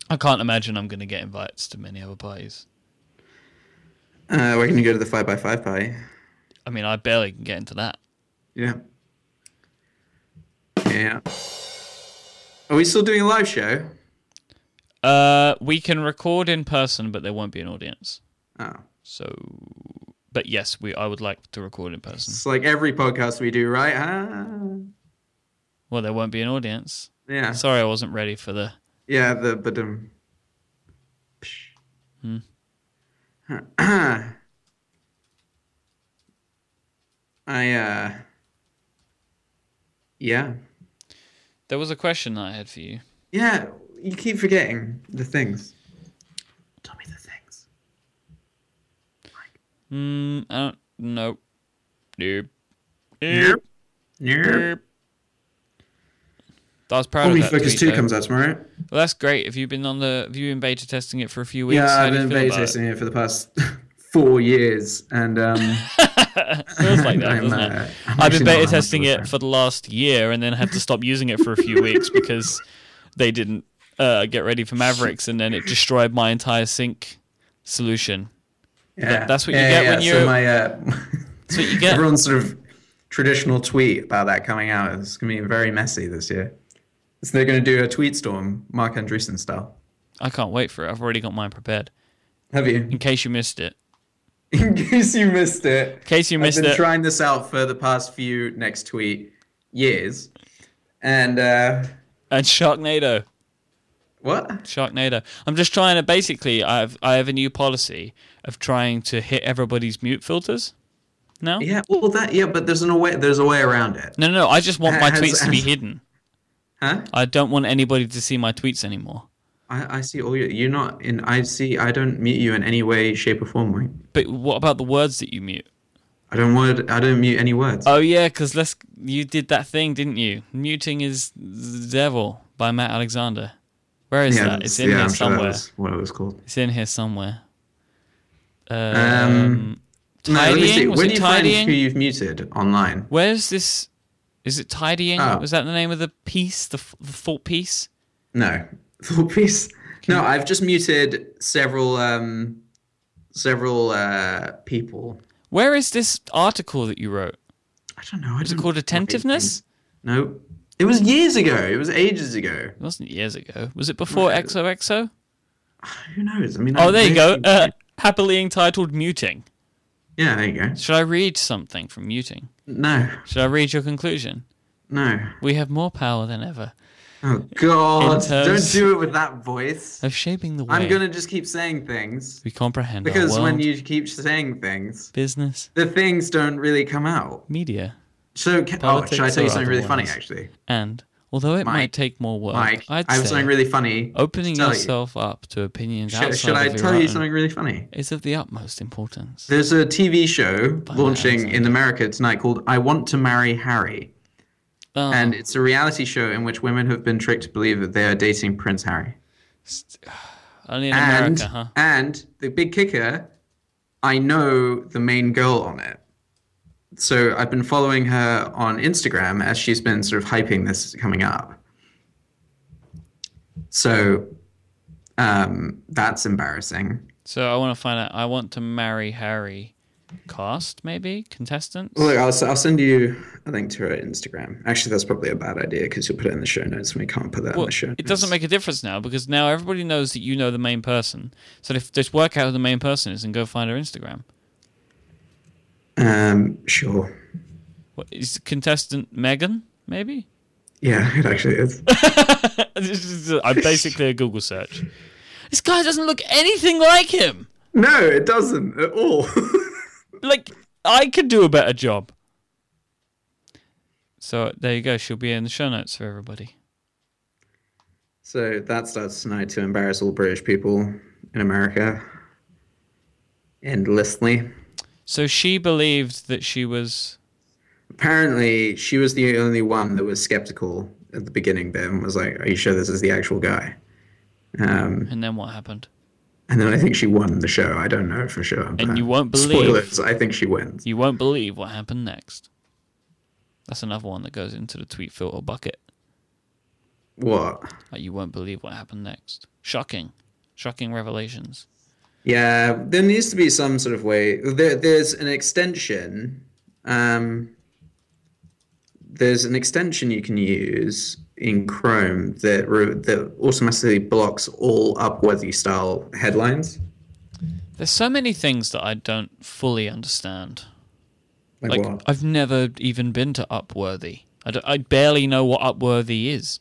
A: I can't imagine I'm going to get invites to many other parties.
B: Uh, we're going to go to the 5x5 party.
A: I mean, I barely can get into that.
B: Yeah. Yeah. Are we still doing a live show?
A: Uh, we can record in person, but there won't be an audience.
B: Oh.
A: So, but yes, we I would like to record in person.
B: It's like every podcast we do, right? Ah.
A: Well, there won't be an audience.
B: Yeah.
A: Sorry, I wasn't ready for the.
B: Yeah, the but um Hmm. I uh Yeah.
A: There was a question that I had for you.
B: Yeah, you keep forgetting the things. Tell me the things.
A: Mm, I don't. Nope. Nope.
B: Nope. Yeah.
A: Nope. I was proud
B: Only
A: of that.
B: Focus
A: tweet,
B: 2
A: though.
B: comes out tomorrow. right?
A: Well, that's great. Have you been on the? Have you been beta testing it for a few weeks?
B: Yeah,
A: How
B: I've
A: do you
B: been
A: feel
B: beta
A: about it?
B: testing it for the past four years, and um,
A: Feels like that,
B: I'm,
A: doesn't
B: uh,
A: it?
B: I'm
A: I've
B: actually
A: been
B: not
A: beta
B: 100%
A: testing
B: sure.
A: it for the last year, and then had to stop using it for a few weeks because they didn't uh, get ready for Mavericks, and then it destroyed my entire sync solution.
B: yeah.
A: that's what you
B: yeah,
A: get
B: yeah,
A: when
B: so
A: you're-
B: My, uh,
A: That's what you get.
B: Everyone's sort of traditional tweet about that coming out is going to be very messy this year. So they're going to do a tweet storm, Mark Andreessen style.
A: I can't wait for it. I've already got mine prepared.
B: Have you?
A: In case you missed it.
B: In case you missed it.
A: In case you missed
B: I've been
A: it.
B: trying this out for the past few next tweet years, and uh,
A: and Sharknado.
B: what?
A: Sharknado. I'm just trying to basically. I've I have a new policy of trying to hit everybody's mute filters. Now,
B: Yeah, well, that yeah, but there's an a way there's a way around it,
A: no, no, no. I just want my
B: Has-
A: tweets to be
B: has-
A: hidden.
B: huh?
A: I don't want anybody to see my tweets anymore.
B: I, I see all your. You're not in. I see. I don't mute you in any way, shape, or form. Mike.
A: But what about the words that you mute?
B: I don't word. I don't mute any words.
A: Oh yeah, because let's you did that thing, didn't you? Muting is the devil by Matt Alexander. Where is that?
B: that's-
A: It's in
B: yeah,
A: here
B: I'm sure that
A: somewhere.
B: was what it was called.
A: It's in here somewhere. Um,
B: Um, No, let me see.
A: tidying. Was
B: When
A: it
B: do you
A: tidying?
B: find who you've muted online?
A: Where's this? Is it tidying?
B: Oh.
A: Was that the name of the piece? The, f- the thought piece?
B: No, thought piece. No, I've just muted several um, several uh, people.
A: Where is this article that you wrote?
B: I don't know. I
A: Is it
B: don't-
A: called attentiveness?
B: No, it was years ago. It was ages ago.
A: It wasn't years ago. Was it before XOXO?
B: Who knows? I mean,
A: Oh,
B: I
A: there you go.
B: really-
A: Uh, happily entitled muting.
B: Yeah, there you go.
A: Should I read something from muting?
B: No,
A: Should I read your conclusion?
B: no.
A: We have more power than ever
B: Oh God! Don't
A: terms-
B: do it with that voice.
A: of shaping the way
B: I'm gonna just keep saying things
A: we comprehend our
B: because
A: world,
B: when you keep saying things,
A: business,
B: the things don't really come out.
A: media,
B: So, ca- oh,
A: Politics
B: should I tell
A: or
B: you something really funny?
A: otherwise.
B: Actually,
A: and although it might
B: Mike,
A: take more work,
B: Mike, I
A: I'd
B: have
A: say
B: something really funny.
A: opening
B: to tell you.
A: yourself up to opinions
B: Should,
A: outside
B: should I
A: of your
B: tell you
A: own
B: something really funny?
A: is of the utmost importance.
B: There's a TV show
A: my
B: launching
A: eyes.
B: in America tonight called "I Want to Marry Harry,"
A: Oh,
B: and it's a reality show in which women have been tricked to believe that they are dating Prince Harry.
A: only in
B: and
A: America, huh?
B: and the big kicker, I know the main girl on it. So I've been following her on Instagram as she's been sort of hyping this coming up. So um, that's embarrassing.
A: So I want to find out. I want to marry Harry. Cast maybe contestants.
B: Well, look, I'll, s- I'll send you a link to her Instagram. Actually, that's probably a bad idea because you'll put it in the show notes and we can't put that in
A: Well,
B: the show.
A: it doesn't
B: notes.
A: make a difference now because now everybody knows that you know the main person. So if just work out who the main person is and go find her Instagram.
B: Um, sure.
A: What is contestant Megan? Maybe.
B: Yeah, it actually is.
A: This is- I basically a Google search. This guy doesn't look anything like him.
B: no, it doesn't at all.
A: Like I could do a better job. So there you go. She'll be in the show notes for everybody.
B: So that starts tonight to embarrass all British people in America endlessly.
A: So she believed that she was.
B: Apparently, she was the only one that was skeptical at the beginning bit and was like, Are you sure this is the actual guy? Um,
A: And then what happened?
B: and then I think she won the show. I don't know for sure. but-
A: you won't believe-
B: Spoilers, I think she wins.
A: You won't believe what happened next. That's another one that goes into the tweet filter bucket.
B: What?
A: Like you won't believe what happened next. Shocking. Shocking revelations.
B: Yeah, there needs to be some sort of way. There, there's an extension. Um, there's an extension you can use in Chrome that re- that automatically blocks all Upworthy style headlines.
A: There's so many things that I don't fully understand.
B: Like,
A: Like
B: what?
A: I've never even been to Upworthy. I, don't- I barely know what Upworthy is.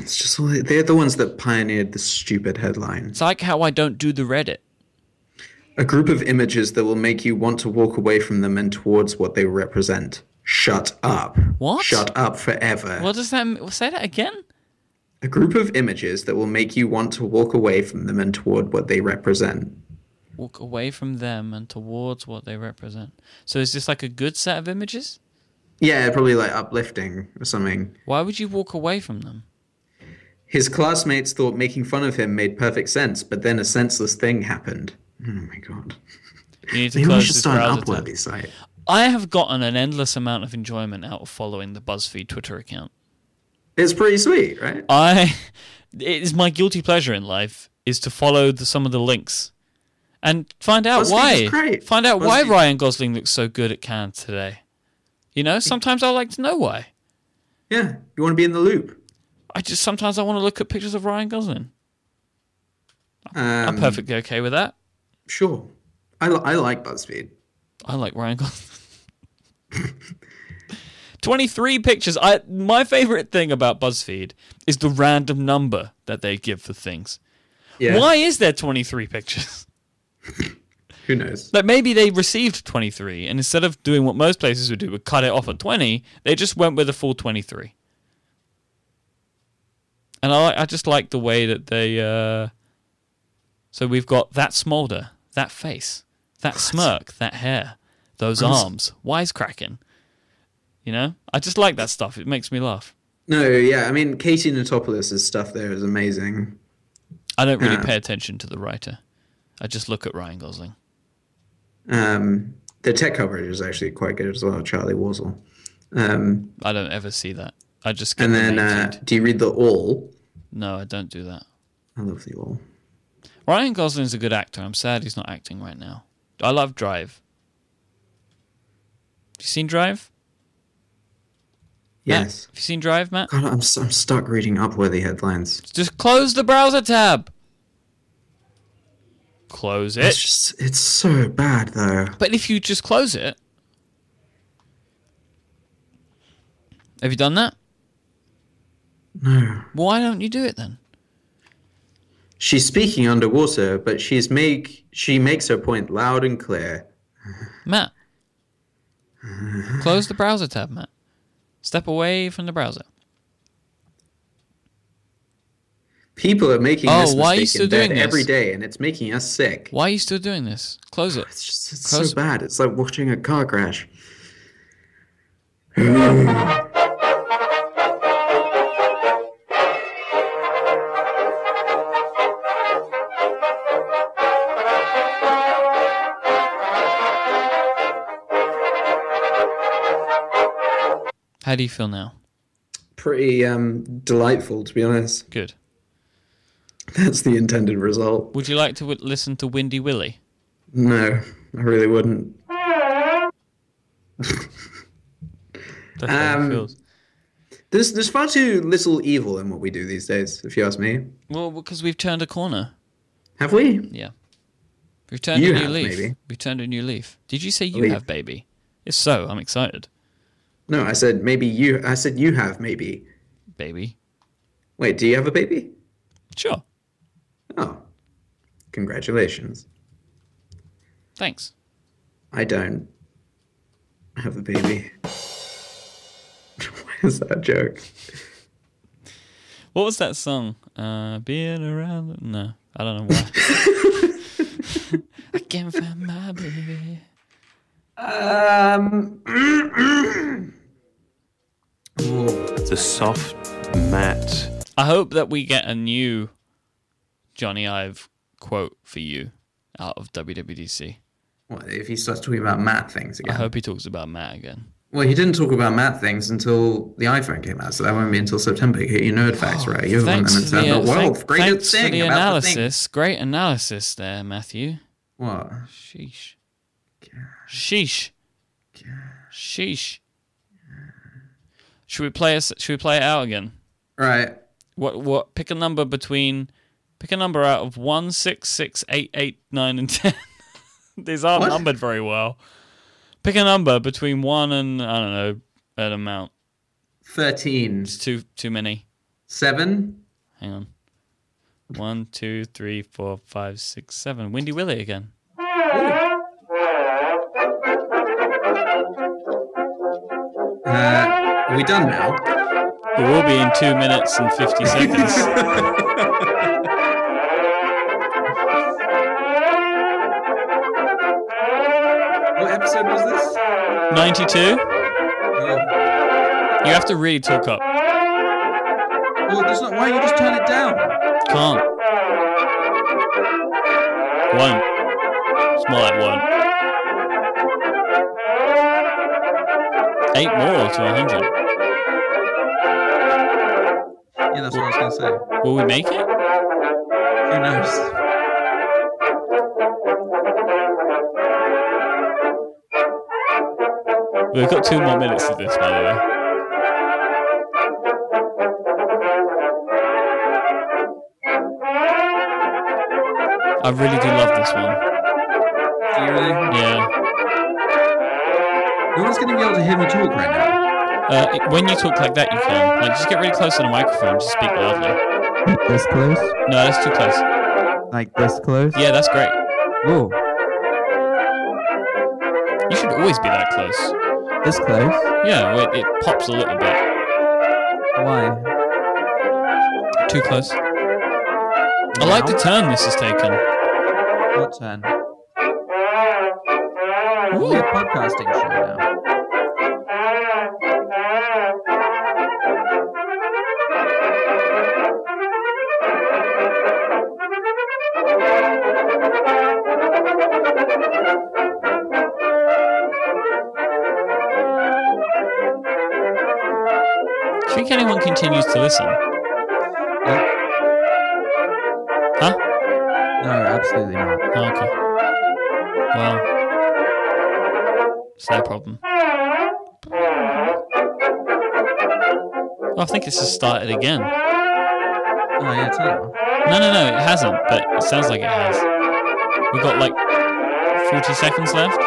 B: It's just all- they're the ones that pioneered the stupid headlines.
A: It's like how I don't do the Reddit.
B: A group of images that will make you want to walk away from them and towards what they represent. Shut up.
A: What?
B: Shut up forever.
A: What does that mean? Say that again?
B: A group of images that will make you want to walk away from them and toward what they represent.
A: Walk away from them and towards what they represent. So is this like a good set of images?
B: Yeah, probably like uplifting or something.
A: Why would you walk away from them?
B: His classmates thought making fun of him made perfect sense, but then a senseless thing happened. Oh my god.
A: You need to
B: Maybe we
A: close
B: should
A: this
B: start an
A: browser tab.
B: Upworthy site.
A: I have gotten an endless amount of enjoyment out of following the BuzzFeed Twitter account.
B: It's pretty sweet, right?
A: I it is my guilty pleasure in life is to follow the, some of the links and find out
B: BuzzFeed is
A: why.
B: great.
A: Find out why
B: BuzzFeed-
A: Ryan Gosling looks so good at Cannes today. You know, sometimes I like to know why.
B: Yeah. You want to be in the loop.
A: I just sometimes I want to look at pictures of Ryan Gosling.
B: Um,
A: I'm perfectly okay with that.
B: Sure. I, li- I like BuzzFeed.
A: I like Ryan Gosling. 23 pictures. I my favorite thing about BuzzFeed is the random number that they give for things.
B: Yeah.
A: Why is there 23 pictures?
B: Who knows?
A: Like maybe they received 23 and instead of doing what most places would do, would cut it off at 20, they just went with a full 23. And I, I just like the way that they. Uh, so we've got that smolder, that face, that smirk, that hair, those arms, wisecracking. You know, I just like that stuff. It makes me laugh.
B: No, yeah. I mean, Katie Natopoulos' stuff there is amazing.
A: I don't really
B: Yeah.
A: pay attention to the writer. I just look at Ryan Gosling.
B: Um, the tech coverage is actually quite good as well, Charlie Warzel. Um,
A: I don't ever see that. I just get
B: and
A: the
B: then,
A: main
B: uh,
A: feed.
B: do you read The All?
A: no, I don't do that.
B: I love The All.
A: Ryan Gosling's a good actor. I'm sad he's not acting right now. I love Drive. You seen Drive? Matt?
B: Yes.
A: Have you seen Drive, Matt?
B: God, I'm, so, I'm stuck reading Upworthy headlines.
A: Just close the browser tab. close
B: It's
A: it.
B: just it's so bad though.
A: But if you just close it, have you done that?
B: No.
A: Why don't you do it then?
B: She's speaking underwater, but she's make she makes her point loud and clear.
A: Matt, close the browser tab, Matt. Step away from the browser.
B: People are making
A: Oh,
B: this
A: why are you
B: mistake
A: still
B: in bed
A: doing this?
B: every day, and it's making us sick.
A: Why are you still doing this? Close it.
B: It's just it's
A: Close-
B: so bad. It's like watching a car crash.
A: How do you feel now?
B: Pretty um, delightful, to be honest.
A: Good.
B: That's the intended result.
A: Would you like to w- listen to Windy Willie?
B: No, I really wouldn't.
A: That's how it
B: Um,
A: feels.
B: There's there's far too little evil in what we do these days, if you ask me.
A: Well, because we've turned a corner.
B: Have we?
A: Yeah. We've turned
B: You
A: a new
B: have,
A: leaf.
B: maybe.
A: We've turned a new leaf. Did you say you
B: Leaf.
A: have, baby? If so, I'm excited.
B: No, I said maybe you. I said you have maybe.
A: Baby.
B: Wait, do you have a baby?
A: Sure.
B: Oh, congratulations.
A: Thanks.
B: I don't have a baby. Why is that a joke?
A: What was that song? Uh, being around. the- No, I don't know why. I can't find my baby.
B: Um. Ooh,
C: The soft, matte
A: I hope that we get a new Johnny Ive quote for you out of WWDC.
B: what if he starts talking about Matt things
A: I
B: again?
A: hope he talks about Matt again.
B: Well, he didn't talk about Matt things until the iPhone came out, so that won't be until September. Get your nerd facts right. You're the one that
A: Oh, Thanks for the,
B: said,
A: uh,
B: the world.
A: thank-
B: great
A: thanks for
B: thing
A: the
B: about The thing.
A: analysis. Great analysis there, Matthew.
B: What?
A: Sheesh. Sheesh. Sheesh. Should we play us? Should we play it out again?
B: Right.
A: What? What? Pick a number between. Pick a number out of one, six, six, eight, eight, nine, and ten. These aren't
B: What?
A: numbered very well. Pick a number between one and I don't know an amount.
B: 13.
A: It's too too many.
B: 7.
A: Hang on. One, two, three, four, five, six, seven. Windy Willie again.
B: Uh, are we done now?
A: We will be in two minutes and fifty seconds.
B: What episode was this?
A: 92?
B: Oh,
A: You have to really talk up.
B: well, there's oh, not, why don't you just turn it down?
A: Can't. One. It's more like one. Eight more to 100.
B: Yeah, that's what I was going to say.
A: Will we make it?
B: Who knows?
A: We've got two more minutes of this, by the way. I really do love this one.
B: Do you really?
A: Yeah.
B: No one's going to be able to hear me talk right now.
A: Uh, it- when you talk like that, you can. Like, just get really close to the microphone. Just speak loudly.
D: This close?
A: No, that's too close.
D: Like this close?
A: Yeah, that's great.
D: Ooh,
A: You should always be that close.
D: this close?
A: Yeah, well, it, it pops a little bit.
D: Why?
A: Too close. I like the turn this has taken.
D: What turn?
A: Ooh.
D: We're a podcasting show now.
A: Do you think anyone continues to listen? Huh?
D: No, absolutely not.
A: Oh, okay. Well, it's their problem. Oh, I think it's just started again.
D: Oh, yeah, turn it off.
A: No, no, no, it hasn't, but it sounds like it has. We've got like 40 seconds left.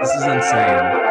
B: This is insane.